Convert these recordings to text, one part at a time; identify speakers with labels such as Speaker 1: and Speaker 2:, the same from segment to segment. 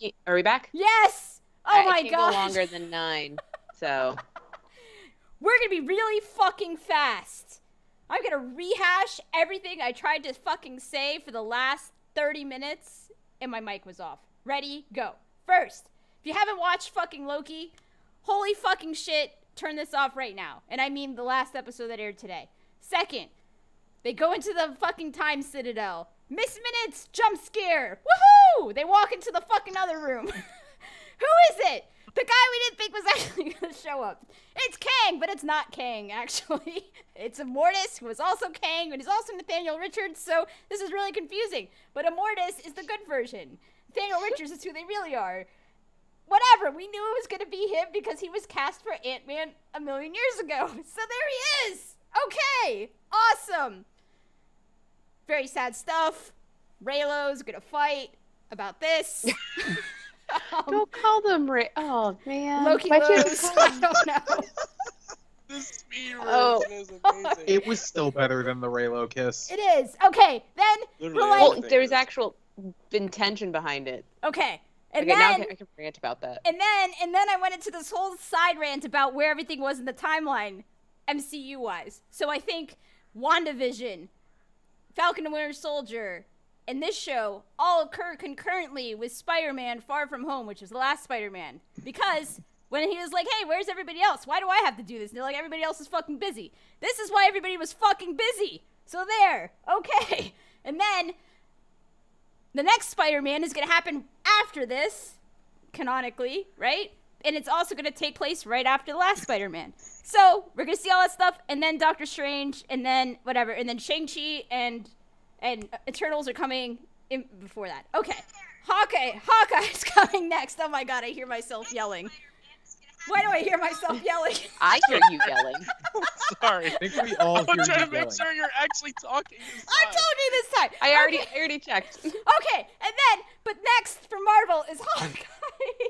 Speaker 1: he- are we back?
Speaker 2: Yes. Oh
Speaker 1: I-
Speaker 2: my
Speaker 1: it can't
Speaker 2: gosh.
Speaker 1: Go longer than nine. So
Speaker 2: We're gonna be really fucking fast. I'm gonna rehash everything I tried to fucking say for the last 30 minutes, and my mic was off. Ready, go. First, if you haven't watched fucking Loki, holy fucking shit, turn this off right now. And I mean the last episode that aired today. Second, they go into the fucking time citadel. Miss Minutes, jump scare. Woohoo! They walk into the fucking other room. Who is it? The guy we didn't think was actually going to show up. It's Kang, but it's not Kang, actually. It's Immortus, who is also Kang, and is also Nathaniel Richards, so this is really confusing. But Immortus is the good version. Nathaniel Richards is who they really are. Whatever, we knew it was going to be him because he was cast for Ant Man a million years ago. So there he is! Okay, awesome! Very sad stuff. Raylo's gonna fight about this. Um,
Speaker 1: don't call them. Ra- oh man.
Speaker 2: Loki
Speaker 1: Why'd you-
Speaker 2: Rose. I don't know.
Speaker 3: The speed room
Speaker 1: Oh.
Speaker 3: was amazing.
Speaker 4: It was still better than the Raylo kiss.
Speaker 2: It is okay. Then
Speaker 3: Literally
Speaker 2: Well,
Speaker 3: everything
Speaker 1: Well, there was
Speaker 3: is-
Speaker 1: actual intention behind it.
Speaker 2: okay, and
Speaker 1: okay, now I
Speaker 2: then
Speaker 1: can, I can rant about that.
Speaker 2: and then and then I went into this whole side rant about where everything was in the timeline, MCU wise. So I think WandaVision, Falcon and Winter Soldier, and this show all occur concurrently with Spider-Man: Far From Home, which was the last Spider-Man, because. When he was like, hey, where's everybody else? Why do I have to do this? And they're like, everybody else is fucking busy. This is why everybody was fucking busy. So there. Okay. And then the next Spider-Man is going to happen after this, canonically, right? And it's also going to take place right after the last Spider-Man. So we're going to see all that stuff, and then Doctor Strange, and then whatever, and then Shang Chi and and Eternals are coming in before that. Okay, Hawkeye, Hawkeye is coming next. Oh my God, I hear myself yelling. Why do I hear myself yelling?
Speaker 1: I hear you yelling.
Speaker 3: Sorry.
Speaker 4: I think we all
Speaker 3: I'm
Speaker 4: hear
Speaker 3: trying
Speaker 4: you
Speaker 3: to make
Speaker 4: yelling.
Speaker 3: sure you're actually talking. this
Speaker 2: I'm
Speaker 3: time.
Speaker 2: telling you this time.
Speaker 1: I already,
Speaker 2: Okay.
Speaker 1: I already checked.
Speaker 2: Okay, and then, but next for Marvel is Hawkeye.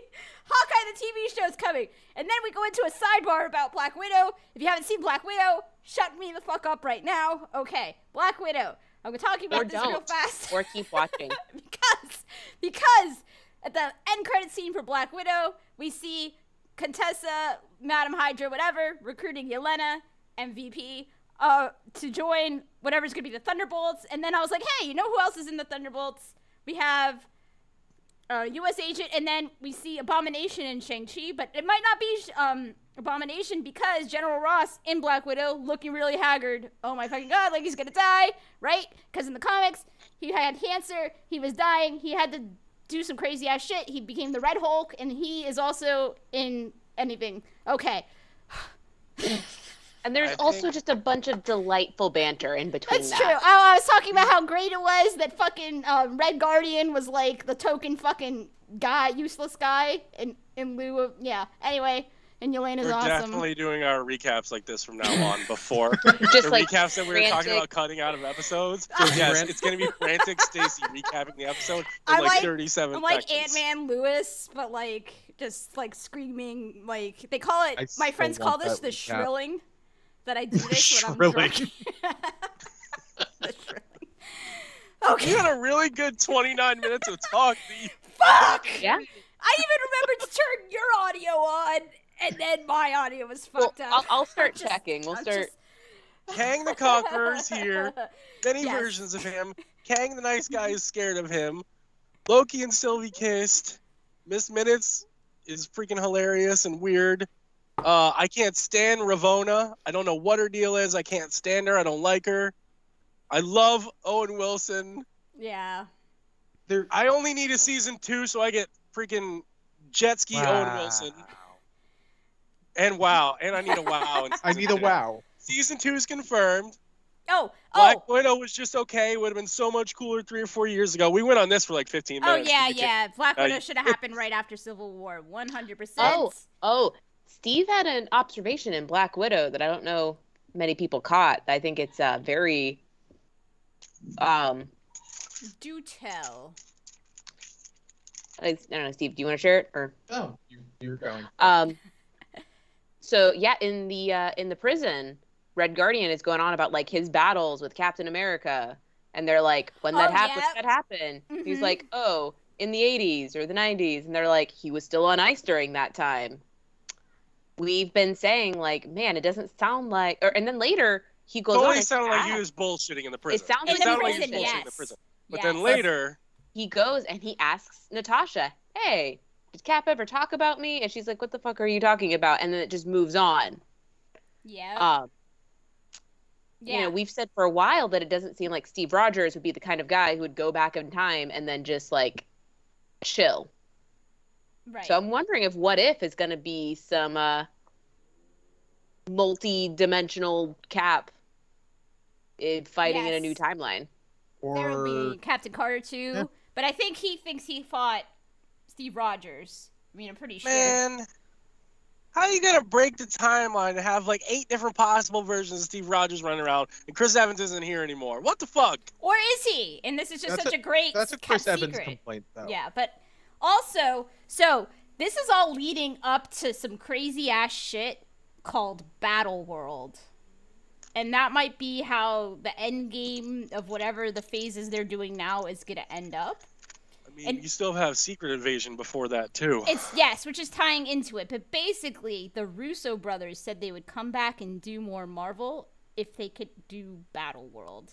Speaker 2: Hawkeye, the TV show, is coming. And then we go into a sidebar about Black Widow. If you haven't seen Black Widow, shut me the fuck up right now. Okay, Black Widow. I'm talking about
Speaker 1: Or
Speaker 2: this real
Speaker 1: don't.
Speaker 2: fast
Speaker 1: or keep watching.
Speaker 2: because because at the end credit scene for Black Widow, we see Contessa, Madam Hydra, whatever, recruiting Yelena, MVP, uh, to join whatever's gonna be the Thunderbolts. And then I was like, hey, you know who else is in the Thunderbolts? We have uh, U.S. agent, and then we see Abomination in Shang Chi, but it might not be um, Abomination because General Ross in Black Widow looking really haggard. Oh my fucking god, like he's gonna die, right? Because in the comics, he had cancer, he was dying, he had to do some crazy ass shit. He became the Red Hulk, and he is also in anything. Okay,
Speaker 1: And there's
Speaker 3: I
Speaker 1: also
Speaker 3: think-
Speaker 1: just a bunch of delightful banter in between
Speaker 2: That's
Speaker 1: that.
Speaker 2: true. Oh, I, I was talking about how great it was that fucking um, Red Guardian was like the token fucking guy, useless guy, in in lieu of yeah. Anyway, and Yelena's
Speaker 3: We're
Speaker 2: awesome.
Speaker 3: definitely doing our recaps like this from now on. Before
Speaker 1: Just
Speaker 3: the
Speaker 1: like
Speaker 3: recaps that we were
Speaker 1: frantic.
Speaker 3: talking about cutting out of episodes. So yes,
Speaker 4: rant-
Speaker 3: it's gonna be frantic Stacy recapping the episode in
Speaker 2: I'm
Speaker 3: like,
Speaker 2: like-
Speaker 3: 37
Speaker 2: I'm like Ant
Speaker 3: seconds.
Speaker 2: Man Lewis, but like just like screaming. Like they call it.
Speaker 4: I
Speaker 2: my friends
Speaker 4: still
Speaker 2: call
Speaker 4: want
Speaker 2: this
Speaker 4: that
Speaker 2: the
Speaker 4: recap.
Speaker 2: shrilling. That I do this when I'm
Speaker 4: Shrilling.
Speaker 2: drunk. the shrilling.
Speaker 3: You
Speaker 2: Okay.
Speaker 3: had a really good 29 minutes of talk. that you-
Speaker 2: Fuck.
Speaker 1: Yeah.
Speaker 2: I even remembered to turn your audio on, and then my audio was
Speaker 1: Well,
Speaker 2: fucked up.
Speaker 1: I'll, I'll start
Speaker 2: just-
Speaker 1: checking. We'll
Speaker 2: I'm
Speaker 1: start.
Speaker 2: just-
Speaker 3: Kang the Conqueror is here. Many
Speaker 2: Yes.
Speaker 3: versions of him. Kang the nice guy is scared of him. Loki and Sylvie kissed. Miss Minutes is freaking hilarious and weird. Uh, I can't stand Ravona. I don't know what her deal is. I can't stand her. I don't like her. I love Owen Wilson.
Speaker 2: Yeah.
Speaker 4: There-
Speaker 3: I only need a season two so I get freaking jet ski Owen Wilson.
Speaker 4: Wow.
Speaker 3: And wow. And I need a wow. in
Speaker 4: I
Speaker 3: season
Speaker 4: need a
Speaker 3: two.
Speaker 4: wow.
Speaker 3: Season two is confirmed.
Speaker 2: Oh. Oh.
Speaker 3: Black Widow was just okay. It would have been so much cooler three or four years ago. We went on this for like 15
Speaker 2: Oh
Speaker 3: minutes.
Speaker 2: yeah,
Speaker 3: We can't-
Speaker 2: yeah. Black
Speaker 3: Uh,
Speaker 2: Widow should have happened right after Civil War, one hundred
Speaker 1: Oh.
Speaker 2: percent.
Speaker 1: Oh, Steve had an observation in Black Widow that I don't know many people caught. I think it's uh, very. Um,
Speaker 2: Do tell.
Speaker 1: I I don't know, Steve. Do you want to share it or?
Speaker 4: Oh, you, you're going.
Speaker 1: Um, so yeah, in the uh, in the prison, Red Guardian is going on about like his battles with Captain America, and they're like, when that
Speaker 2: Oh,
Speaker 1: happened,
Speaker 2: yeah.
Speaker 1: that happened. He's
Speaker 2: Mhm.
Speaker 1: like, oh, in the 80s or the 90s and they're like he was still on ice during that time we've been saying like man it doesn't sound like or and then later he
Speaker 3: It
Speaker 1: goes on
Speaker 3: always
Speaker 1: and
Speaker 3: sounded like he
Speaker 1: asks-
Speaker 3: was bullshitting in the prison.
Speaker 1: it sounds
Speaker 2: In
Speaker 1: like,
Speaker 3: It
Speaker 2: the
Speaker 3: sounded
Speaker 1: he
Speaker 3: like
Speaker 1: was
Speaker 3: he
Speaker 2: prison,
Speaker 3: was bullshitting
Speaker 1: bullshitting.
Speaker 3: in the
Speaker 2: yes.
Speaker 3: prison. But
Speaker 2: Yes.
Speaker 3: then later,
Speaker 1: he goes and he asks natasha hey did cap ever talk about me and she's like what the fuck are you talking about and then it just moves on
Speaker 2: Yeah.
Speaker 1: um
Speaker 2: yeah.
Speaker 1: you know we've said for a while that it doesn't seem like steve rogers would be the kind of guy who would go back in time and then just like chill
Speaker 2: right.
Speaker 1: So I'm wondering if what if is going to be some uh, multi-dimensional cap in fighting in a new
Speaker 2: Yes.
Speaker 1: timeline.
Speaker 2: there
Speaker 4: Or
Speaker 2: will be Captain Carter too,
Speaker 4: Yeah.
Speaker 2: but I think he thinks he fought Steve Rogers. I mean, I'm pretty sure.
Speaker 3: man, how you gonna break the timeline and have like eight different possible versions of Steve Rogers running around and Chris Evans isn't here anymore? What the fuck?
Speaker 2: Or is he? And this is just
Speaker 4: That's
Speaker 2: such a, great
Speaker 4: that's a
Speaker 2: kept
Speaker 4: Chris Evans
Speaker 2: secret.
Speaker 4: complaint though.
Speaker 2: Yeah, but also, so this is all leading up to some crazy ass shit called Battle World. And that might be how the end game of whatever the phases they're doing now is going to end up.
Speaker 3: I mean,
Speaker 2: And-
Speaker 3: you still have Secret Invasion before that too.
Speaker 2: It's yes, which is tying into it. But basically, the Russo brothers said they would come back and do more Marvel if they could do Battle World.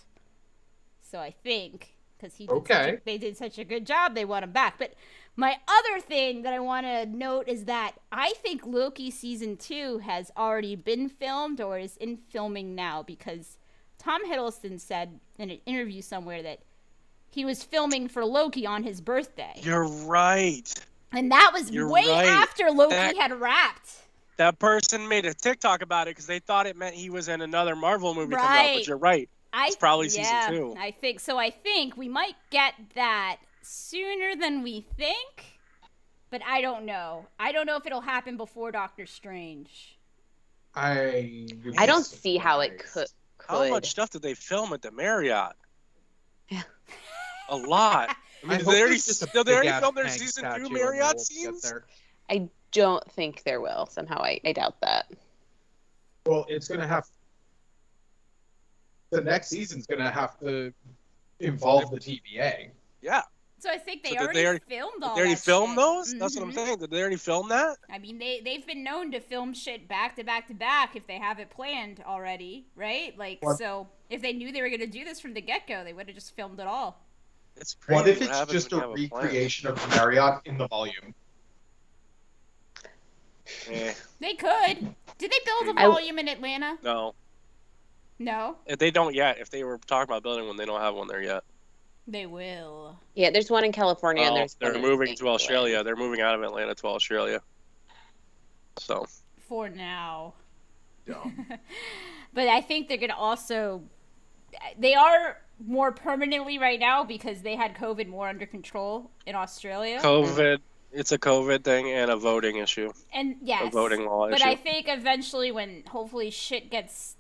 Speaker 2: So I think because he did such a-
Speaker 4: Okay.
Speaker 2: they did such a good job, they want him back. But my other thing that I want to note is that I think Loki season two has already been filmed or is in filming now because Tom Hiddleston said in an interview somewhere that he was filming for Loki on his birthday.
Speaker 3: You're right.
Speaker 2: And that was
Speaker 3: You're
Speaker 2: way
Speaker 3: right.
Speaker 2: after Loki
Speaker 3: That-
Speaker 2: had wrapped.
Speaker 3: That person made a TikTok about it because they thought it meant he was in another Marvel movie coming up.
Speaker 2: Right.
Speaker 3: But you're right.
Speaker 2: I
Speaker 3: It's probably season
Speaker 2: yeah,
Speaker 3: two.
Speaker 2: I think so. I think we might get that sooner than we think, but I don't know. I don't know if it'll happen before Doctor Strange.
Speaker 4: I would
Speaker 1: I
Speaker 4: be
Speaker 1: don't see how it could.
Speaker 4: surprised.
Speaker 3: How
Speaker 1: could.
Speaker 3: much stuff did they film at the Marriott?
Speaker 1: Yeah.
Speaker 3: a lot. I mean,
Speaker 4: I
Speaker 3: did
Speaker 4: hope
Speaker 3: they already,
Speaker 4: there's just a
Speaker 3: did they already
Speaker 4: big-ass
Speaker 3: film their
Speaker 4: tank
Speaker 3: season
Speaker 4: statue
Speaker 3: two
Speaker 4: and
Speaker 3: Marriott
Speaker 4: we'll get
Speaker 3: scenes?
Speaker 4: there.
Speaker 1: I don't think there will. Somehow I, I doubt that.
Speaker 4: Well, it's gonna have. The next season's gonna have to involve the TVA.
Speaker 3: Yeah.
Speaker 2: So I think they,
Speaker 3: So did
Speaker 2: already,
Speaker 3: they already-
Speaker 2: filmed
Speaker 3: Did
Speaker 2: all
Speaker 3: they already
Speaker 2: Oh, that
Speaker 3: film
Speaker 2: shit.
Speaker 3: those? That's what I'm
Speaker 2: Mhm.
Speaker 3: saying. Did they already film that?
Speaker 2: I mean, they they've been known to film shit back to back to back if they have it planned already, right? Like,
Speaker 4: What-
Speaker 2: so if they knew they were gonna do this from the get go, they would have just filmed it all.
Speaker 3: It's crazy.
Speaker 4: What if it's
Speaker 3: happens
Speaker 4: just
Speaker 3: when
Speaker 4: a
Speaker 3: you have plan.
Speaker 4: recreation of the Marriott in the volume?
Speaker 3: Eh,
Speaker 2: They could. Did they build a
Speaker 1: I-
Speaker 2: volume in Atlanta?
Speaker 3: no,
Speaker 2: No,
Speaker 3: If they don't yet. If they were talking about building one, they don't have one there yet.
Speaker 2: they will.
Speaker 1: Yeah, there's one in California and
Speaker 3: Well,
Speaker 1: there's
Speaker 3: Oh, they're
Speaker 1: one in
Speaker 3: moving to
Speaker 1: England.
Speaker 3: Australia. They're moving out of Atlanta to Australia. So
Speaker 2: for now.
Speaker 4: No.
Speaker 2: but I think they're going to also. They are more permanently right now because they had COVID more under control in Australia.
Speaker 3: COVID, it's a COVID thing and a voting issue,
Speaker 2: and yes.
Speaker 3: a voting law
Speaker 2: but
Speaker 3: issue.
Speaker 2: I think eventually, when hopefully shit gets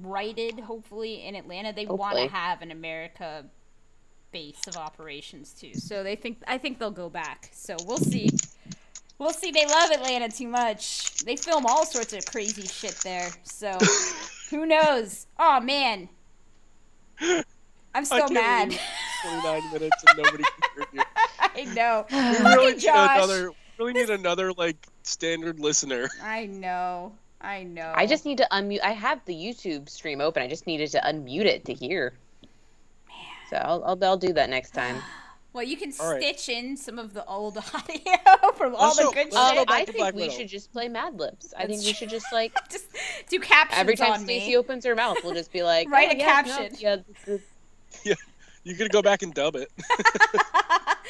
Speaker 2: righted, hopefully in Atlanta, they want to
Speaker 1: Hopefully.
Speaker 2: have an America base of operations too. So they think I think they'll go back. So we'll see. We'll see. They love Atlanta too much. They film all sorts of crazy shit there. So who knows? Oh man, I'm so
Speaker 3: can't
Speaker 2: mad.
Speaker 3: believe 29 minutes and nobody contributes.
Speaker 2: I know.
Speaker 3: We really
Speaker 2: Fucking
Speaker 3: need
Speaker 2: Josh.
Speaker 3: another. we Really need another like standard listener.
Speaker 2: I know. I know.
Speaker 1: I just need to unmute. I have the YouTube stream open. I just needed to unmute it to hear. So I'll, I'll, I'll do that next time.
Speaker 2: well, you can
Speaker 3: All right.
Speaker 2: stitch in some some of the old audio from all
Speaker 3: Also,
Speaker 2: the good
Speaker 3: let's
Speaker 1: Um,
Speaker 3: go
Speaker 2: shit.
Speaker 3: back
Speaker 1: I
Speaker 3: to
Speaker 1: think
Speaker 3: Black
Speaker 1: we
Speaker 3: Widow.
Speaker 1: should just play Mad Libs. I
Speaker 2: That's
Speaker 1: think we
Speaker 2: true.
Speaker 1: should just like
Speaker 2: just do captions
Speaker 1: every time
Speaker 2: on me.
Speaker 1: Stacey opens her mouth, we'll just be like,
Speaker 2: Write
Speaker 1: "Oh,
Speaker 2: a
Speaker 1: yeah, no,
Speaker 2: caption."
Speaker 1: yeah, this is-
Speaker 3: You could go back and dub it.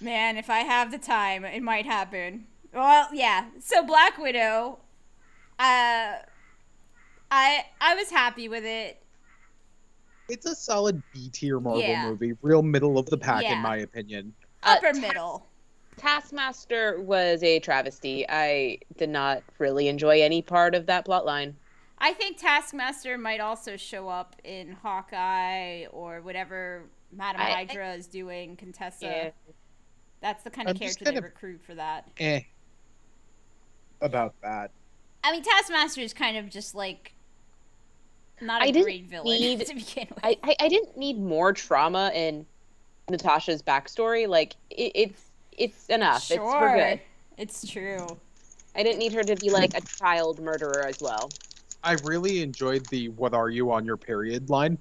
Speaker 2: Man, if I have the time, it might happen. Well, yeah. So Black Widow, uh, I I was happy with it.
Speaker 4: It's a solid B tier Marvel
Speaker 2: Yeah.
Speaker 4: movie, real middle of the pack
Speaker 2: Yeah.
Speaker 4: in my opinion.
Speaker 1: Uh,
Speaker 2: Upper
Speaker 1: ta-
Speaker 2: middle.
Speaker 1: Taskmaster was a travesty. I did not really enjoy any part of that plot line.
Speaker 2: I think Taskmaster might also show up in Hawkeye or whatever Madame
Speaker 1: I-
Speaker 2: Hydra is doing, Contessa.
Speaker 1: Yeah.
Speaker 2: That's the kind of
Speaker 4: I'm just
Speaker 2: character they
Speaker 4: kind of-
Speaker 2: recruit for that.
Speaker 4: Eh. About that.
Speaker 2: I mean, Taskmaster is kind of just like not a
Speaker 1: I didn't
Speaker 2: great villain
Speaker 1: need-
Speaker 2: to begin with.
Speaker 1: I, I, I didn't need more trauma in Natasha's backstory. Like it, it's it's enough. It's we're good.
Speaker 2: It's true.
Speaker 1: I didn't need her to be like a child murderer as well.
Speaker 4: I really enjoyed the "What are you on your period?" line.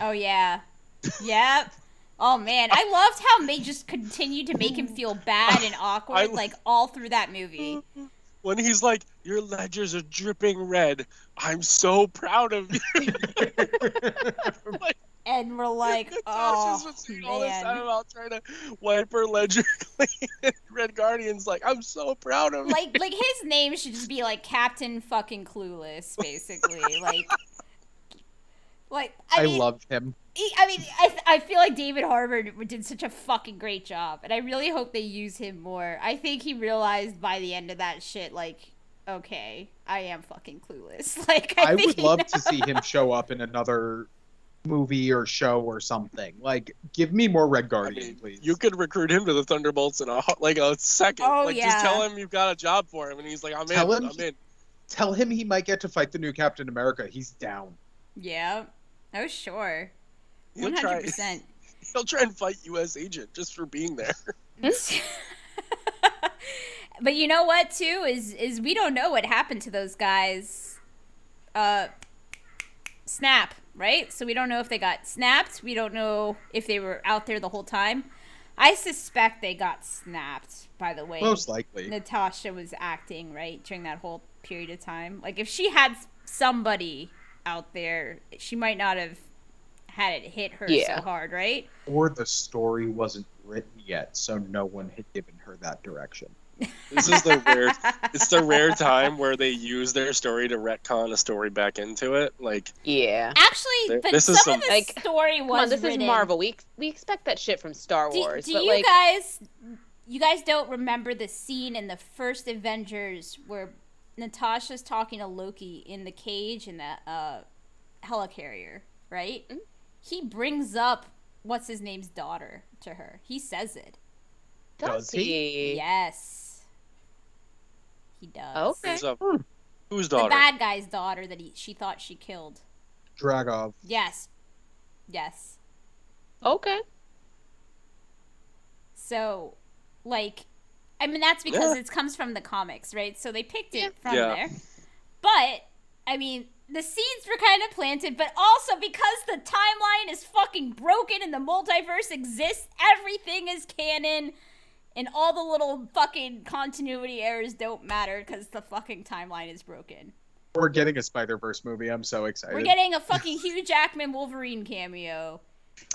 Speaker 2: Oh yeah. Yep. Oh man, I loved how they just continued to make him feel bad and awkward
Speaker 3: I-
Speaker 2: like all through that movie.
Speaker 3: When he's like, "Your ledgers are dripping red. I'm so proud of you."
Speaker 2: And we're like,
Speaker 3: Natasha's
Speaker 2: oh
Speaker 3: been saying all this
Speaker 2: man.
Speaker 3: time about trying to wipe her ledger clean. and Red Guardian's like, "I'm so proud of you."
Speaker 2: like like his name should just be like Captain fucking Clueless basically. like like I,
Speaker 4: I
Speaker 2: mean,
Speaker 4: loved him.
Speaker 2: he- E, I mean, I, th- I feel like David Harbour did such a fucking great job, and I really hope they use him more. I think he realized by the end of that shit, like, okay, I am fucking clueless. Like, I,
Speaker 4: I
Speaker 2: think
Speaker 4: would
Speaker 2: he
Speaker 4: love
Speaker 2: knows-
Speaker 4: to see him show up in another movie or show or something. Like, give me more Red
Speaker 3: I
Speaker 4: Guardian,
Speaker 3: mean,
Speaker 4: please.
Speaker 3: you could recruit him to the Thunderbolts in a hu- like a second.
Speaker 2: Oh,
Speaker 3: like
Speaker 2: yeah.
Speaker 3: just tell him you've got a job for him, and he's like, "I'm
Speaker 4: Tell
Speaker 3: in.
Speaker 4: him
Speaker 3: I'm
Speaker 4: he-
Speaker 3: in."
Speaker 4: Tell him he might get to fight the new Captain America. He's down.
Speaker 2: Yeah. Oh, sure.
Speaker 3: He'll
Speaker 2: One
Speaker 3: try.
Speaker 2: hundred percent.
Speaker 3: He'll try and fight you as agent just for being there.
Speaker 2: But you know what, too, is is we don't know what happened to those guys. Uh, snap, right? So we don't know if they got snapped. We don't know if they were out there the whole time. I suspect they got snapped. By the way,
Speaker 4: Most likely.
Speaker 2: Natasha was acting right during that whole period of time. Like if she had somebody out there, she might not have had it hit her
Speaker 1: Yeah.
Speaker 2: so hard, right?
Speaker 4: Or the story wasn't written yet, so no one had given her that direction.
Speaker 3: This is the rare. It's the rare time where they use their story to retcon a story back into it. Like
Speaker 1: Yeah.
Speaker 2: Actually,
Speaker 3: Th-
Speaker 2: but
Speaker 3: this
Speaker 2: some,
Speaker 3: is
Speaker 2: of
Speaker 3: some-
Speaker 2: the
Speaker 1: Like,
Speaker 2: story was
Speaker 1: Come on, this
Speaker 2: written.
Speaker 1: is Marvel. We ex- we expect that shit from Star
Speaker 2: Do,
Speaker 1: Wars.
Speaker 2: do
Speaker 1: but
Speaker 2: you
Speaker 1: like
Speaker 2: guys, you guys don't remember the scene in the first Avengers where Natasha's talking to Loki in the cage in the uh, helicarrier, right?
Speaker 1: Mm-hmm.
Speaker 2: He brings up what's his name's daughter to her. He says it.
Speaker 1: does
Speaker 4: Does he?
Speaker 1: he?
Speaker 2: Yes, he does.
Speaker 1: Okay.
Speaker 3: who's up?
Speaker 4: Hmm.
Speaker 3: Whose
Speaker 2: The
Speaker 3: daughter?
Speaker 2: bad guy's daughter that he, she thought she killed.
Speaker 4: Dragov.
Speaker 2: Yes, yes.
Speaker 1: Okay.
Speaker 2: So, like, I mean, that's because
Speaker 3: Yeah.
Speaker 2: it comes from the comics, right? So they picked it
Speaker 1: Yeah.
Speaker 2: from
Speaker 3: Yeah.
Speaker 2: there. But, I mean, the seeds were kind of planted, but also because the timeline is fucking broken and the multiverse exists, everything is canon. And all the little fucking continuity errors don't matter because the fucking timeline is broken.
Speaker 4: We're getting a Spider Verse movie. I'm so excited.
Speaker 2: We're getting a fucking Hugh Jackman Wolverine cameo.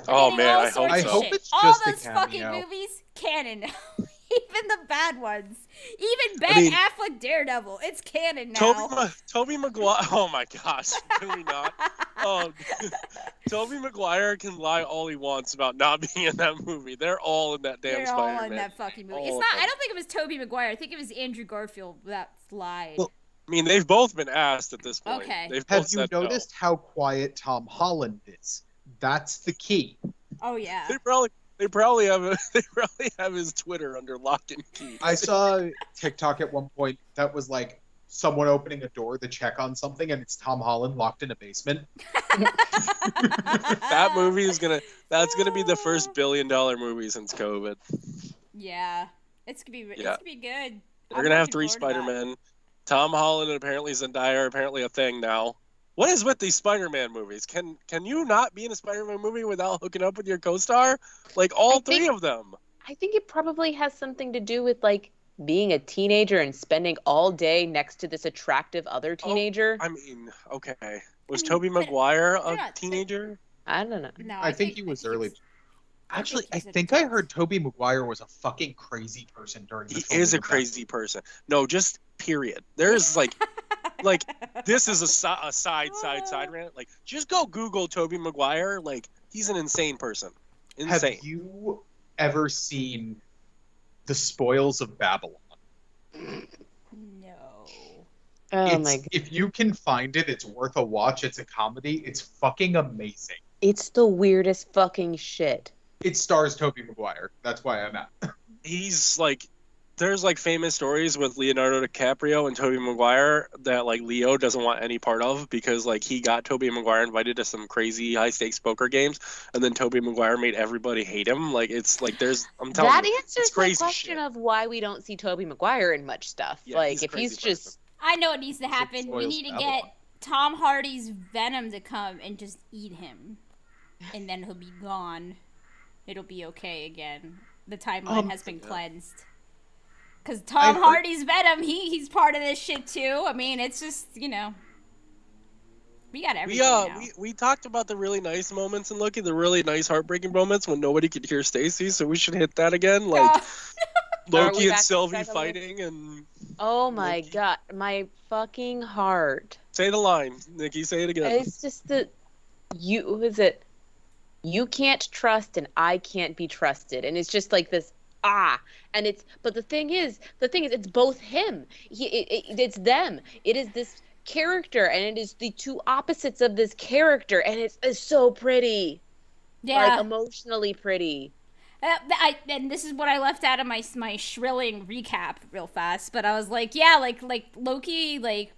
Speaker 2: We're
Speaker 3: oh
Speaker 2: getting
Speaker 3: man,
Speaker 2: all sorts
Speaker 3: I hope
Speaker 4: I
Speaker 2: of
Speaker 3: so.
Speaker 4: hope
Speaker 2: shit.
Speaker 4: it's
Speaker 2: all
Speaker 4: just a
Speaker 2: those fucking
Speaker 4: cameo.
Speaker 2: movies canon now. Even the bad ones. Even Ben
Speaker 3: mean-
Speaker 2: Affleck Daredevil. It's canon now.
Speaker 3: Toby, Ma- Toby Maguire. Oh my gosh, can we not? Oh, Toby Maguire can lie all he wants about not being in that movie. They're all in that damn
Speaker 2: They're
Speaker 3: Spider-Man.
Speaker 2: all in that fucking movie.
Speaker 3: All
Speaker 2: it's
Speaker 3: of
Speaker 2: not.
Speaker 3: them.
Speaker 2: I don't think it was Toby Maguire. I think it was Andrew Garfield that lied.
Speaker 4: Well,
Speaker 3: I mean, they've both been asked at this point.
Speaker 2: Okay.
Speaker 3: They've
Speaker 4: Have
Speaker 3: both
Speaker 4: you
Speaker 3: said no.
Speaker 4: noticed how quiet Tom Holland is? That's the key.
Speaker 2: oh yeah.
Speaker 3: They probably they probably have they probably have his Twitter under lock and key.
Speaker 4: I saw TikTok at one point that was like someone opening a door to check on something, and it's Tom Holland locked in a basement.
Speaker 3: that movie is gonna that's gonna be the first billion dollar movie since COVID.
Speaker 2: Yeah. It's gonna be. It's
Speaker 3: Yeah.
Speaker 2: gonna be good.
Speaker 3: They're
Speaker 2: I'm
Speaker 3: gonna have
Speaker 2: looking
Speaker 3: three
Speaker 2: forward to
Speaker 3: Spider
Speaker 2: that.
Speaker 3: Men. Tom Holland and apparently Zendaya are apparently a thing now. What is with these Spider Man movies? Can can you not be in a Spider Man movie without hooking up with your co star? Like all
Speaker 1: I think-
Speaker 3: three of them.
Speaker 1: I think it probably has something to do with like being a teenager and spending all day next to this attractive other teenager.
Speaker 3: Oh, I mean, okay.
Speaker 2: I
Speaker 3: Was
Speaker 2: mean,
Speaker 3: Toby
Speaker 2: but
Speaker 3: Maguire
Speaker 2: they're
Speaker 3: a
Speaker 2: not-
Speaker 3: teenager?
Speaker 1: I don't know.
Speaker 2: No,
Speaker 4: I think he was early.
Speaker 2: it's-
Speaker 4: Actually,
Speaker 2: I
Speaker 4: I
Speaker 2: think he's an
Speaker 4: think I heard Toby Maguire was a fucking crazy person during the
Speaker 3: He
Speaker 4: Toby
Speaker 3: is a
Speaker 4: Maguire-
Speaker 3: crazy person. No, just period. There's like like this is a, si- a side side side
Speaker 2: Uh.
Speaker 3: rant. Like just go Google Toby Maguire. Like he's an insane person.
Speaker 4: Have
Speaker 3: Insane.
Speaker 4: you ever seen The Spoils of Babylon?
Speaker 2: No.
Speaker 1: Oh
Speaker 4: It's-
Speaker 1: my god.
Speaker 4: If you can find it, it's worth a watch. It's a comedy. It's fucking amazing.
Speaker 1: It's the weirdest fucking shit.
Speaker 4: It stars Toby Maguire. That's why I'm at.
Speaker 3: He's like there's like famous stories with Leonardo DiCaprio and Toby Maguire that like Leo doesn't want any part of because like he got Toby Maguire invited to some crazy high stakes poker games and then Toby Maguire made everybody hate him. Like it's like there's I'm telling
Speaker 1: that
Speaker 3: you.
Speaker 1: answers the
Speaker 3: crazy
Speaker 1: question
Speaker 3: shit.
Speaker 1: of why we don't see Toby Maguire in much stuff.
Speaker 3: Yeah,
Speaker 1: like
Speaker 3: he's a
Speaker 1: if he's
Speaker 3: crazy
Speaker 1: just
Speaker 3: person.
Speaker 2: I know what needs to happen. We
Speaker 4: soils
Speaker 2: need to
Speaker 4: Babylon.
Speaker 2: get Tom Hardy's venom to come and just eat him, and then he'll be gone. It'll be okay again. The timeline
Speaker 4: Um,
Speaker 2: has been
Speaker 3: yeah.
Speaker 2: cleansed. Cause Tom
Speaker 4: heard-
Speaker 2: Hardy's venom, he he's part of this shit too. I mean, it's just you know, we got everything
Speaker 3: We uh
Speaker 2: now.
Speaker 3: we, we talked about the really nice moments in Loki, the really nice heartbreaking moments when nobody could hear Stacy, so we should hit that again. Like
Speaker 2: Uh,
Speaker 1: Are we back
Speaker 3: Loki and
Speaker 1: to
Speaker 3: Sylvie
Speaker 1: Saga
Speaker 3: fighting and
Speaker 1: oh my
Speaker 3: Loki.
Speaker 1: god, my fucking heart.
Speaker 3: say the line, Nikki, say it again.
Speaker 1: It's just that you who is it? You can't trust and I can't be trusted. And it's just like this ah and it's but the thing is the thing is it's both him he it, it, it's them it is this character and it is the two opposites of this character and it's, it's so pretty
Speaker 2: yeah.
Speaker 1: like emotionally pretty
Speaker 2: Uh, th- I, and this is what I left out of my my shrilling recap real fast, but I was like, yeah, like like Loki, like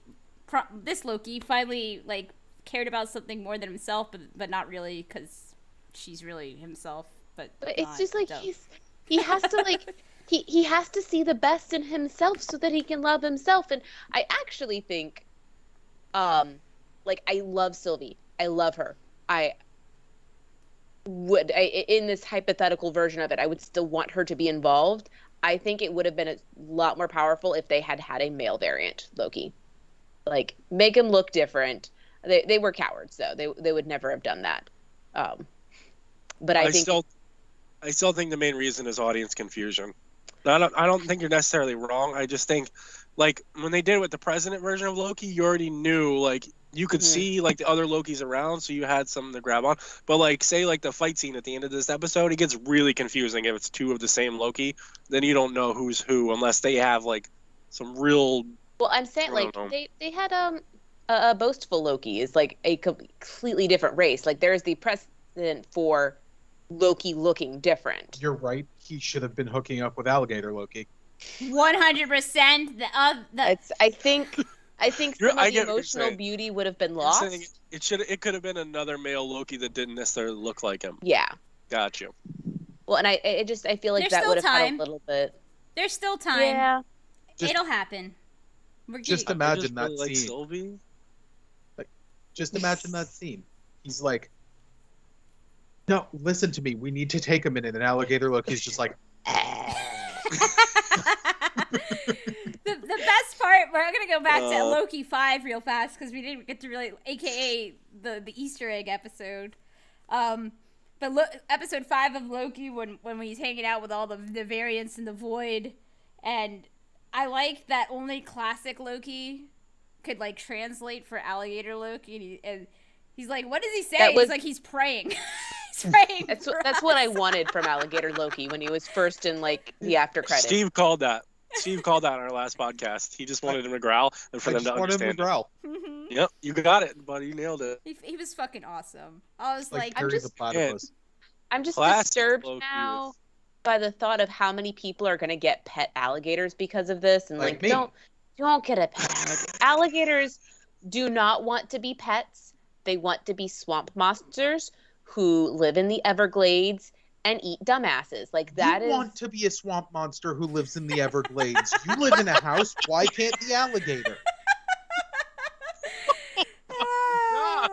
Speaker 2: pro- this Loki finally like cared about something more than himself, but but not really because she's really himself. But
Speaker 1: But it's
Speaker 2: not,
Speaker 1: just like
Speaker 2: so.
Speaker 1: he's he has to like he he has to see the best in himself so that he can love himself. And I actually think, um, like I love Sylvie. I love her. I would I, i- in this hypothetical version of it, I would still want her to be involved. I think it would have been a lot more powerful if they had had a male variant Loki, like make him look different. They they were cowards though. They they would never have done that. Um, but I,
Speaker 3: I,
Speaker 1: think
Speaker 3: still I still think the main reason is audience confusion. I don't I don't think you're necessarily wrong. I just think like when they did it with the president version of Loki, you already knew like you could
Speaker 1: Mhm.
Speaker 3: see like the other Loki's around, so you had something to grab on. But like say like the fight scene at the end of this episode, it gets really confusing if it's two of the same Loki, then you don't know who's who unless they have like some real
Speaker 1: Well, I'm saying
Speaker 3: I
Speaker 1: like
Speaker 3: don't know.
Speaker 1: they they had um a, a boastful Loki is like a com- completely different race. Like there's the precedent for Loki looking different.
Speaker 4: You're right. He should have been hooking up with Alligator Loki.
Speaker 2: one hundred percent the of the
Speaker 1: It's I think I think
Speaker 3: You're-
Speaker 1: some of
Speaker 3: I
Speaker 1: the
Speaker 3: get what you're
Speaker 1: emotional
Speaker 3: saying.
Speaker 1: beauty would have been
Speaker 3: You're
Speaker 1: lost.
Speaker 3: saying It should it could have been another male Loki that didn't necessarily look like him.
Speaker 1: Yeah.
Speaker 3: Got you.
Speaker 1: Well, and I I it just I feel like
Speaker 2: There's
Speaker 1: that
Speaker 2: still
Speaker 1: would have had
Speaker 2: time.
Speaker 1: a little bit.
Speaker 2: there's still time.
Speaker 1: Yeah.
Speaker 4: Just-
Speaker 2: It'll happen. We're
Speaker 4: just
Speaker 2: getting,
Speaker 4: a- Imagine
Speaker 3: I just
Speaker 4: that
Speaker 3: really like
Speaker 4: scene.
Speaker 3: Sylvie.
Speaker 4: Just imagine that scene. He's like, "No, listen to me. We need to take a minute." And Alligator Loki's just like,
Speaker 2: the, the best part we're gonna go back to
Speaker 3: Uh.
Speaker 2: loki 5 real fast because we didn't get to really aka the, the easter egg episode um but lo- episode 5 of loki when when he's hanging out with all the, the variants in the void and i like that only classic loki could like translate for alligator loki and, he, and he's like what does he say
Speaker 1: That was-
Speaker 2: it's like he's praying he's praying
Speaker 1: That's
Speaker 2: for
Speaker 1: what that's what I
Speaker 2: us.
Speaker 1: wanted from Alligator Loki when he was first in like the after credits.
Speaker 3: Steve called that. Steve called that on our last podcast. He just wanted him to growl and for
Speaker 4: "I
Speaker 3: them
Speaker 4: just
Speaker 3: to
Speaker 4: wanted him to
Speaker 3: understand.
Speaker 4: growl."
Speaker 2: Mhm.
Speaker 3: it. Yep, you got it, buddy. You nailed it.
Speaker 2: He, he was fucking awesome. I was like,
Speaker 4: Like,
Speaker 1: I'm
Speaker 4: Fury the
Speaker 1: just-
Speaker 4: platypus.
Speaker 1: I'm just
Speaker 3: Classic
Speaker 1: disturbed
Speaker 3: Loki
Speaker 1: now
Speaker 3: was-
Speaker 1: by the thought of how many people are going to get pet alligators because of this, and
Speaker 4: Like
Speaker 1: like,
Speaker 4: me.
Speaker 1: don't don't get a pet alligator. alligators do not want to be pets. They want to be swamp monsters who live in the Everglades and eat dumbasses. Like that
Speaker 4: you
Speaker 1: is
Speaker 4: want to be a swamp monster who lives in the Everglades. you live in a house. Why can't the alligator?
Speaker 2: "Ah."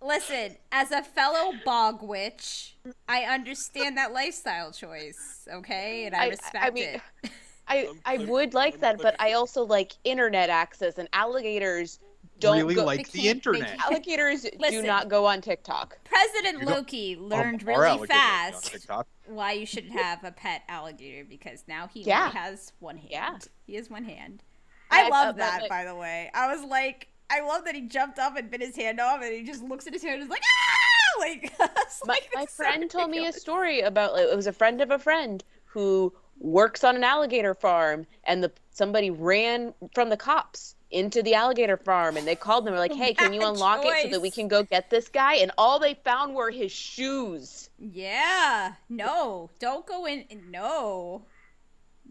Speaker 2: listen, as a fellow bog witch, I understand that lifestyle choice, okay, and I,
Speaker 1: I- I
Speaker 2: respect
Speaker 1: mean,
Speaker 2: it.
Speaker 1: I
Speaker 3: I'm
Speaker 1: I
Speaker 3: clear-
Speaker 1: would like
Speaker 3: I'm
Speaker 1: that, but
Speaker 3: clear.
Speaker 1: I also like internet access, and alligators don't
Speaker 4: really
Speaker 1: go-
Speaker 4: like
Speaker 2: They
Speaker 4: the
Speaker 2: can't- they
Speaker 4: internet.
Speaker 2: can't-
Speaker 1: alligators do
Speaker 2: Listen.
Speaker 1: not go on TikTok.
Speaker 2: President
Speaker 4: You don't-
Speaker 2: Loki
Speaker 3: Oh,
Speaker 2: learned
Speaker 4: Um, our
Speaker 2: really
Speaker 4: alligator on
Speaker 2: fast
Speaker 4: TikTok.
Speaker 2: why you should have a pet alligator because now he
Speaker 1: Yeah.
Speaker 2: only has one hand.
Speaker 1: Yeah.
Speaker 2: He has one hand.
Speaker 1: Yeah,
Speaker 2: I
Speaker 1: I
Speaker 2: love
Speaker 1: thought that,
Speaker 2: that,
Speaker 1: like-
Speaker 2: by the way. I was like, I love that he jumped up and bit his hand off, and he just looks at his hand and is like, ah! Like, I was
Speaker 1: my,
Speaker 2: like,
Speaker 1: my
Speaker 2: "This is so
Speaker 1: friend told me a
Speaker 2: ridiculous."
Speaker 1: story about like, it was a friend of a friend who works on an alligator farm and the somebody ran from the cops into the alligator farm and they called them and were like hey can you
Speaker 2: Oh, Bad
Speaker 1: unlock it so that we
Speaker 2: choice.
Speaker 1: can go get this guy and all they found were his shoes
Speaker 2: Yeah. No. Don't go in. No.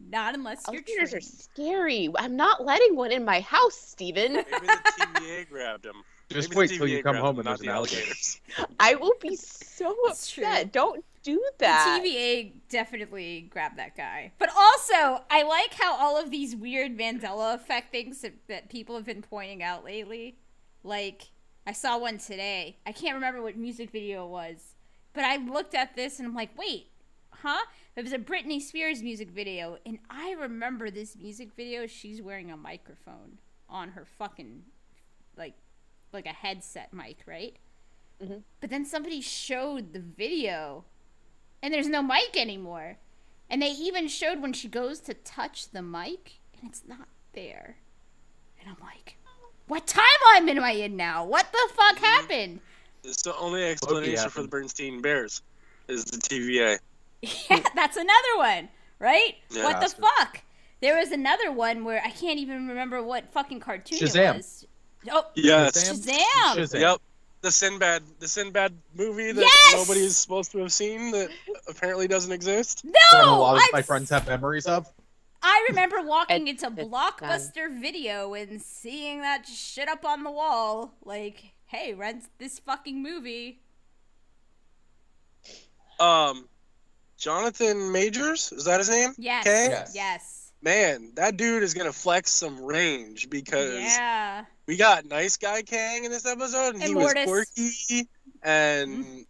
Speaker 2: Not unless you're
Speaker 1: Alligators are
Speaker 2: trained.
Speaker 1: scary. I'm not letting one in my house, Steven.
Speaker 3: Maybe the TVA grabbed him.
Speaker 4: Just
Speaker 3: Maybe
Speaker 4: wait
Speaker 3: the
Speaker 4: till you
Speaker 3: TVA
Speaker 4: come
Speaker 3: grabbed
Speaker 4: home
Speaker 3: him,
Speaker 4: and
Speaker 3: not
Speaker 4: there's an
Speaker 3: the
Speaker 4: alligator.
Speaker 3: alligators.
Speaker 1: I will be so
Speaker 2: It's true.
Speaker 1: upset. Don't do
Speaker 2: The
Speaker 1: that.
Speaker 2: TVA definitely grabbed that guy. But also, I like how all of these weird Mandela effect things that, that people have been pointing out lately. Like, I saw one today. I can't remember what music video it was. But I looked at this and I'm like, wait, huh? It was a Britney Spears music video. And I remember this music video. She's wearing a microphone on her fucking, like, like a headset mic, right?
Speaker 1: Mhm.
Speaker 2: But then somebody showed the video and there's no mic anymore. And they even showed when she goes to touch the mic, and it's not there. And I'm like, what timeline am I in now? What the fuck happened?
Speaker 3: It's the only explanation for the
Speaker 4: happened.
Speaker 3: Bernstein Bears is the TVA.
Speaker 2: Yeah, that's another one, right?
Speaker 3: Yeah.
Speaker 2: what the
Speaker 4: Bastard.
Speaker 2: fuck? There was another one where I can't even remember what fucking cartoon
Speaker 4: Shazam.
Speaker 2: it was. Oh,
Speaker 3: Yes.
Speaker 4: Shazam.
Speaker 2: Shazam!
Speaker 4: Shazam.
Speaker 3: Yep. The Sinbad, the Sinbad movie that
Speaker 2: Yes!
Speaker 3: nobody is supposed to have seen that apparently doesn't exist.
Speaker 4: That a
Speaker 2: No,
Speaker 4: lot of
Speaker 2: I've
Speaker 4: my friends have memories of.
Speaker 2: I remember walking into
Speaker 1: it's
Speaker 2: Blockbuster Video and seeing that shit up on the wall. Like, hey, rent this fucking movie.
Speaker 3: Um, Jonathan Majors is that his name?
Speaker 2: Yes.
Speaker 3: Okay.
Speaker 4: Yes.
Speaker 2: Yes.
Speaker 3: Man, that dude is gonna flex some range because
Speaker 2: Yeah.
Speaker 3: we got nice guy Kang in this episode,
Speaker 2: And
Speaker 3: and, he
Speaker 2: Mortis. Mm-hmm.
Speaker 3: was quirky and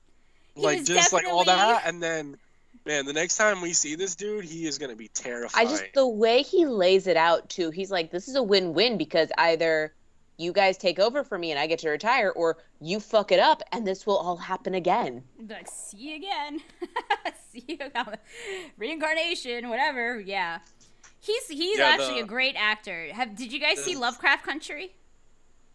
Speaker 2: He
Speaker 3: like
Speaker 2: was
Speaker 3: just like all
Speaker 2: definitely-
Speaker 3: that. And then, man, the next time we see this dude, he is gonna be
Speaker 1: I
Speaker 3: terrifying.
Speaker 1: just the way he lays it out too. He's like, this is a win-win because either you guys take over for me and I get to retire, or you fuck it up and this will all happen again.
Speaker 2: Be Like, see you again. see you again. reincarnation, whatever. Yeah. He's he's
Speaker 3: Yeah,
Speaker 2: actually
Speaker 3: the-
Speaker 2: a great actor. Have did you guys see
Speaker 3: the-
Speaker 2: Lovecraft Country?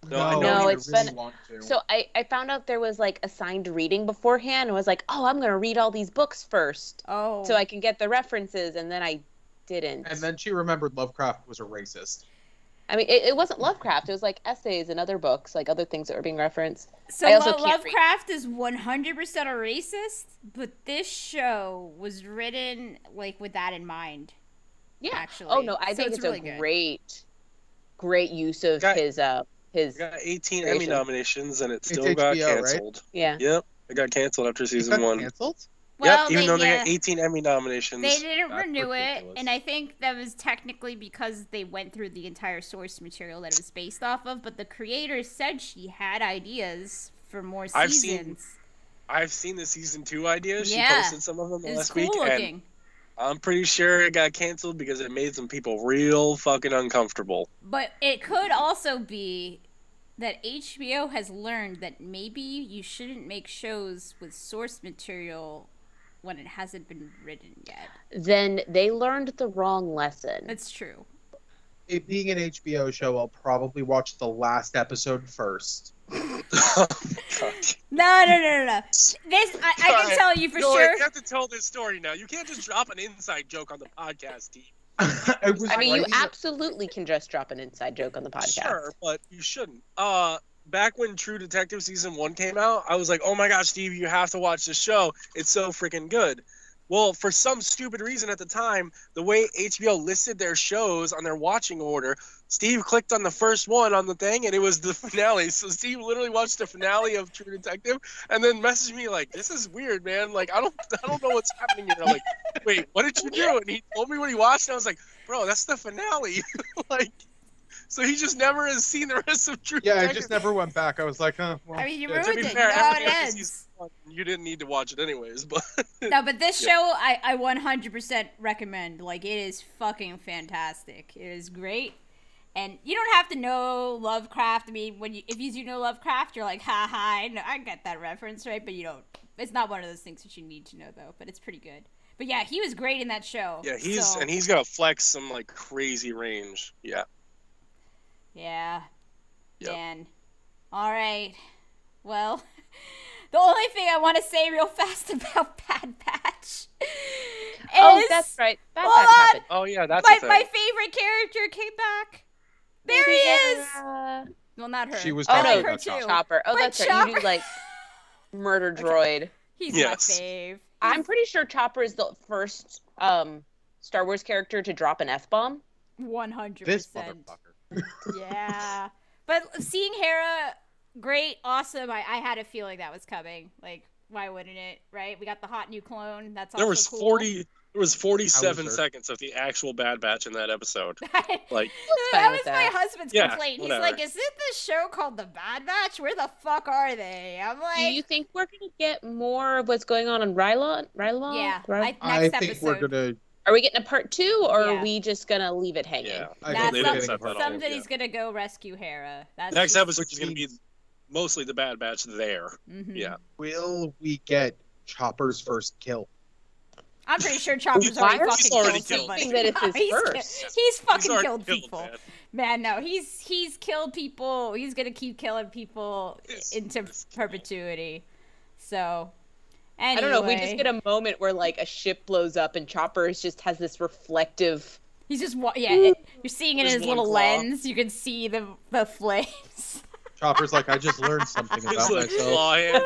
Speaker 3: No, I
Speaker 1: No,
Speaker 4: I
Speaker 1: it's
Speaker 4: really
Speaker 1: been-
Speaker 4: want to.
Speaker 1: So I, I found out there was like assigned reading beforehand and was like, oh, I'm gonna read all these books first
Speaker 2: Oh.
Speaker 1: so I can get the references, and then I didn't.
Speaker 4: and then she remembered Lovecraft was a racist.
Speaker 1: I mean, it, it wasn't Lovecraft. It was like essays and other books, like other things that were being referenced.
Speaker 2: So
Speaker 1: I also
Speaker 2: Lo-
Speaker 1: can't read.
Speaker 2: Lovecraft is 100% a racist, but this show was written like with that in mind.
Speaker 1: Yeah.
Speaker 2: Actually.
Speaker 1: Oh no, I
Speaker 2: So
Speaker 1: think it's,
Speaker 2: really
Speaker 1: a
Speaker 2: good.
Speaker 1: great, great use of
Speaker 3: Got-
Speaker 1: his uh his
Speaker 3: We got 18 Emmy
Speaker 1: Racist.
Speaker 3: nominations, and it
Speaker 4: It's
Speaker 3: still got
Speaker 4: HBO, right?
Speaker 3: canceled.
Speaker 1: yeah.
Speaker 3: Yep, it got canceled after
Speaker 4: It
Speaker 3: season
Speaker 4: got
Speaker 3: one.
Speaker 4: Canceled?
Speaker 2: Well,
Speaker 3: yep, even
Speaker 2: they,
Speaker 3: though they
Speaker 2: yeah,
Speaker 3: got 18 Emmy nominations.
Speaker 2: they didn't
Speaker 4: That's
Speaker 2: renew it,
Speaker 4: ridiculous.
Speaker 2: and I think that was technically because they went through the entire source material that it was based off of. But the creators said she had ideas for more seasons.
Speaker 3: I've seen I've seen the season two ideas.
Speaker 2: Yeah.
Speaker 3: She posted some of them
Speaker 2: it was
Speaker 3: last
Speaker 2: cool
Speaker 3: week, and
Speaker 2: looking.
Speaker 3: I'm pretty sure it got canceled because it made some people real fucking uncomfortable.
Speaker 2: But it could also be that HBO has learned that maybe you shouldn't make shows with source material when it hasn't been written yet.
Speaker 1: Then they learned the wrong lesson.
Speaker 2: That's true.
Speaker 4: It being an HBO show, I'll probably watch the last episode first.
Speaker 3: Fuck.
Speaker 2: No, no, no, no, no. This I, I can
Speaker 3: Sorry.
Speaker 2: tell you for
Speaker 3: No,
Speaker 2: sure.
Speaker 3: wait, you have to tell this story now. You can't just drop an inside joke on the podcast, Steve.
Speaker 4: I, was
Speaker 1: I mean, you
Speaker 4: writing-
Speaker 1: absolutely can just drop an inside joke on the podcast.
Speaker 3: Sure, but you shouldn't. Uh, back when True Detective season one came out, I was like, "Oh my gosh, Steve, you have to watch this show. It's so freaking good." Well, for some stupid reason at the time, the way HBO listed their shows on their watching order, Steve clicked on the first one on the thing, and it was the finale. So Steve literally watched the finale of True Detective, and then messaged me like, "This is weird, man. Like, I don't, I don't know what's happening here." I'm like, "Wait, what did you do?" And he told me what he watched, and I was like, "Bro, that's the finale." like, so he just never has seen the rest of True
Speaker 4: Yeah, I
Speaker 3: Detective.
Speaker 4: just never went back. I was like, huh, well,
Speaker 2: I mean, you
Speaker 3: Yeah, to
Speaker 2: ruined
Speaker 3: be
Speaker 2: it.
Speaker 3: fair,
Speaker 2: you know how
Speaker 3: everything
Speaker 2: it
Speaker 3: else is
Speaker 2: ends.
Speaker 3: You didn't need to watch it anyways, but
Speaker 2: No, but this
Speaker 3: Yeah.
Speaker 2: show, I, I 100% recommend. Like, it is fucking fantastic. It is great. And you don't have to know Lovecraft. I mean, when you, if you do know Lovecraft, you're like, ha ha, I, know, I get that reference, right? But you don't. It's not one of those things that you need to know, though. But it's pretty good. But yeah, he was great in that show.
Speaker 3: yeah, he's
Speaker 2: so-
Speaker 3: and he's gonna flex some like crazy range. Yeah.
Speaker 2: Yeah.
Speaker 3: Yep.
Speaker 2: Dan. All right. Well, the only thing I want to say real fast about Bad Batch
Speaker 1: Oh,
Speaker 2: is
Speaker 1: that's right. That,
Speaker 2: Hold
Speaker 1: that
Speaker 2: on.
Speaker 1: happened.
Speaker 3: Oh yeah, that's
Speaker 2: my,
Speaker 3: a thing.
Speaker 2: my favorite character came back. There he is.
Speaker 1: Uh,
Speaker 2: Well, not her.
Speaker 4: She was
Speaker 2: I
Speaker 1: probably
Speaker 2: like her
Speaker 4: not
Speaker 2: too.
Speaker 1: Chopper. Oh,
Speaker 2: But
Speaker 1: that's right. You
Speaker 2: Chopper-
Speaker 1: do like murder droid.
Speaker 2: He's
Speaker 3: Yes.
Speaker 2: my fave.
Speaker 1: I'm pretty sure Chopper is the first um Star Wars character to drop an F bomb.
Speaker 2: One hundred
Speaker 4: This
Speaker 2: percent.
Speaker 4: motherfucker.
Speaker 2: Yeah. But seeing Hera, great, awesome. I, I had a feeling that was coming. Like, why wouldn't it? Right? We got the hot new clone. That's also
Speaker 3: There was
Speaker 2: cool.
Speaker 3: forty. There was forty-seven
Speaker 4: Howser.
Speaker 3: seconds of the actual Bad Batch in that episode.
Speaker 1: fine
Speaker 3: Like,
Speaker 2: that
Speaker 1: with
Speaker 2: was my
Speaker 1: that.
Speaker 2: husband's
Speaker 3: Yeah,
Speaker 2: complaint. He's
Speaker 3: whatever.
Speaker 2: like, "Is it this show called The Bad Batch? Where the fuck are they?" I'm like,
Speaker 1: Do you think we're gonna get more of what's going on in Rylan? Rylan?
Speaker 2: "Yeah,
Speaker 1: Ry-
Speaker 2: I, next
Speaker 4: I think
Speaker 2: episode."
Speaker 4: we're gonna.
Speaker 1: are we getting a part two, or
Speaker 2: Yeah.
Speaker 1: are we just gonna leave it hanging?
Speaker 3: yeah.
Speaker 4: I
Speaker 2: That's
Speaker 3: they
Speaker 4: think we're
Speaker 2: not-
Speaker 3: didn't
Speaker 4: getting
Speaker 3: set that all.
Speaker 2: Somebody's gonna go rescue Hera. That's
Speaker 3: Next episode
Speaker 4: Which
Speaker 3: is going to be
Speaker 4: means-
Speaker 3: mostly the Bad Batch there.
Speaker 2: Mhm.
Speaker 3: Yeah.
Speaker 4: Will we get Chopper's first kill?
Speaker 2: I'm pretty sure Chopper's
Speaker 1: Why
Speaker 2: already
Speaker 1: are we
Speaker 2: fucking
Speaker 3: already
Speaker 2: killed
Speaker 3: killed?
Speaker 2: somebody.
Speaker 1: Think that it's his
Speaker 2: he's,
Speaker 1: first.
Speaker 2: he's
Speaker 3: He's
Speaker 2: fucking
Speaker 3: already
Speaker 2: killed, people.
Speaker 3: man.
Speaker 2: Man, no, he's he's killed people. He's gonna keep killing people
Speaker 3: Yes,
Speaker 2: into
Speaker 3: yes, yes.
Speaker 2: perpetuity. So, anyway.
Speaker 1: I don't know. We just get a moment where like a ship blows up and Chopper is just has this reflective.
Speaker 2: He's just wa- yeah. It, you're seeing it in
Speaker 3: There's
Speaker 2: his
Speaker 3: one
Speaker 2: little
Speaker 3: claw.
Speaker 2: lens. You can see the the flames.
Speaker 4: Chopper's like, I just learned something
Speaker 3: He's
Speaker 4: about
Speaker 3: like
Speaker 4: myself.
Speaker 3: claw hands.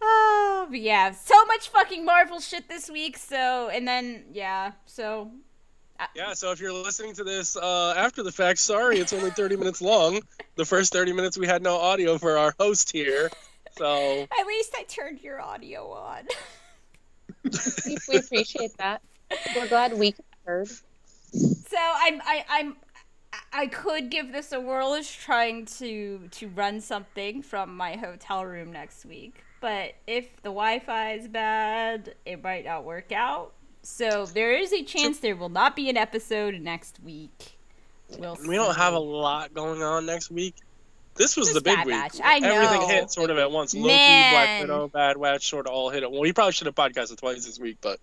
Speaker 2: oh, but yeah, so much fucking Marvel shit this week. So and then yeah, so
Speaker 3: Yeah, so if you're listening to this uh, after the fact, sorry, it's only 30 minutes long. The first 30 minutes we had no audio for our host here. So
Speaker 2: at least I turned your audio on.
Speaker 1: We, we appreciate that. We're glad we heard.
Speaker 2: so I'm I, I'm I could give this a whirl is trying to to run something from my hotel room next week. But if the Wi-Fi is bad, it might not work out. So there is a chance there will not be an episode next week. We'll
Speaker 3: we don't
Speaker 2: see.
Speaker 3: have a lot going on next week. This was
Speaker 2: Just
Speaker 3: the big
Speaker 2: Bad
Speaker 3: week.
Speaker 2: Batch. I know.
Speaker 3: Everything hit sort of at once. Loki, Black
Speaker 2: Man.
Speaker 3: Widow, Bad Batch, sort of all hit at once. We probably should have podcasted twice this week, but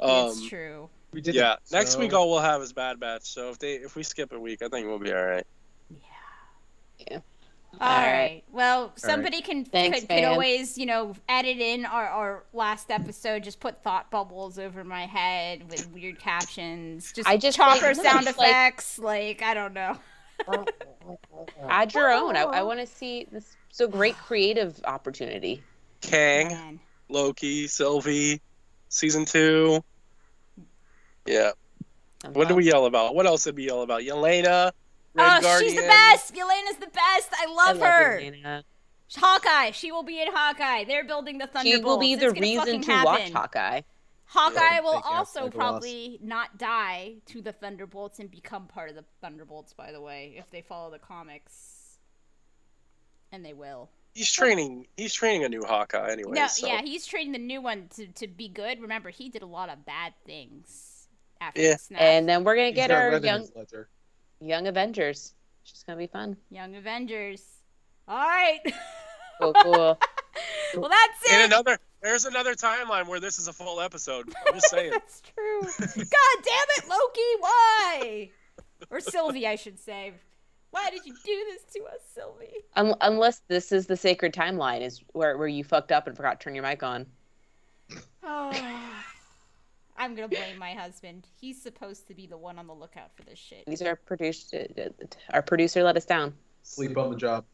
Speaker 3: um,
Speaker 2: It's true.
Speaker 4: We did
Speaker 3: yeah,
Speaker 4: it,
Speaker 3: next
Speaker 4: so-
Speaker 3: week all we'll have is Bad Batch. So if they if we skip a week, I think we'll be all right.
Speaker 2: Yeah.
Speaker 1: Yeah.
Speaker 2: All
Speaker 1: All
Speaker 2: right.
Speaker 1: right.
Speaker 2: Well, somebody can
Speaker 1: Thanks,
Speaker 2: could, could
Speaker 1: fans.
Speaker 2: always you know edit in our, our last episode. Just put thought bubbles over my head with weird captions. Just,
Speaker 1: I just
Speaker 2: chopper
Speaker 1: think-
Speaker 2: sound
Speaker 1: like-
Speaker 2: effects. Like, I don't know.
Speaker 1: Add your own. I, I
Speaker 2: Oh.
Speaker 1: want to see this. So great creative opportunity.
Speaker 3: Kang,
Speaker 2: Man.
Speaker 3: Loki, Sylvie, season two. Yeah.
Speaker 1: I'm
Speaker 3: What do
Speaker 1: glad.
Speaker 3: we yell about? What else did we yell about? Yelena, Red
Speaker 2: oh,
Speaker 3: Guardian.
Speaker 2: she's the best. Yelena's the best.
Speaker 1: I
Speaker 2: I love,
Speaker 1: love
Speaker 2: her.
Speaker 1: Yelena.
Speaker 2: Hawkeye. She will be in Hawkeye. They're building the Thunderbolts.
Speaker 1: She will be the
Speaker 2: It's gonna
Speaker 1: reason
Speaker 2: fucking
Speaker 1: to watch
Speaker 2: happen.
Speaker 1: Hawkeye.
Speaker 2: Hawkeye
Speaker 4: Yeah,
Speaker 2: will
Speaker 4: thank you.
Speaker 2: also
Speaker 4: Like a
Speaker 2: probably not die to the Thunderbolts and become part of the Thunderbolts, by the way, if they follow the comics. And they will.
Speaker 3: He's training. He's training a new Hawkeye anyway.
Speaker 2: no,
Speaker 3: so.
Speaker 2: yeah, he's training the new one to, to be good. Remember, he did a lot of bad things after
Speaker 3: Yeah.
Speaker 2: the snap.
Speaker 1: And uh, then we're gonna
Speaker 4: He's
Speaker 1: get
Speaker 4: got
Speaker 1: our
Speaker 4: red in
Speaker 1: young
Speaker 4: his ledger.
Speaker 1: young Avengers. It's just gonna be fun.
Speaker 2: Young Avengers. All right.
Speaker 1: Cool, cool.
Speaker 2: well, that's it.
Speaker 3: In another, there's another timeline where this is a full episode. I'm just saying.
Speaker 2: That's true. God damn it, Loki, why? Or Sylvie, I should say. Why did you do this to us, Sylvie?
Speaker 1: Un- unless this is the sacred timeline, is where where you fucked up and forgot to turn your mic on.
Speaker 2: Oh, I'm gonna blame my husband. He's supposed to be the one on the lookout for this shit.
Speaker 1: These are produced. uh, Our producer let us down.
Speaker 4: Sleep on the job.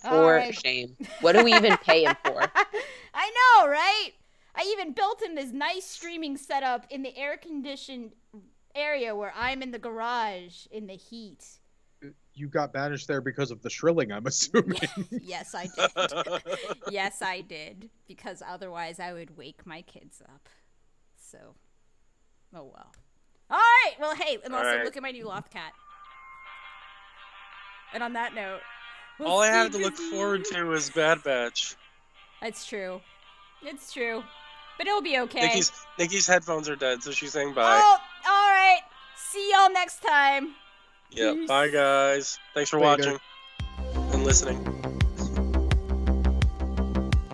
Speaker 1: For
Speaker 2: Alright.
Speaker 1: shame. What do we even pay him for?
Speaker 2: I know, right? I even built him this nice streaming setup in the air-conditioned area where I'm in the garage in the heat.
Speaker 4: You got banished there because of the shrilling, I'm assuming.
Speaker 2: yes, I did. yes, I did because otherwise I would wake my kids up. So, oh well. All right. Well, hey, and
Speaker 3: All
Speaker 2: also
Speaker 3: right.
Speaker 2: look at my new loft cat. And on that note, we'll
Speaker 3: All I
Speaker 2: see
Speaker 3: have to
Speaker 2: you
Speaker 3: look
Speaker 2: soon.
Speaker 3: forward to is Bad Batch.
Speaker 2: It's true. It's true. But it'll be okay.
Speaker 3: Nikki's Nikki's headphones are dead, so she's saying bye.
Speaker 2: oh, all right. See y'all next time.
Speaker 3: yeah,
Speaker 2: peace.
Speaker 3: bye guys. Thanks for
Speaker 4: Later.
Speaker 3: watching and listening.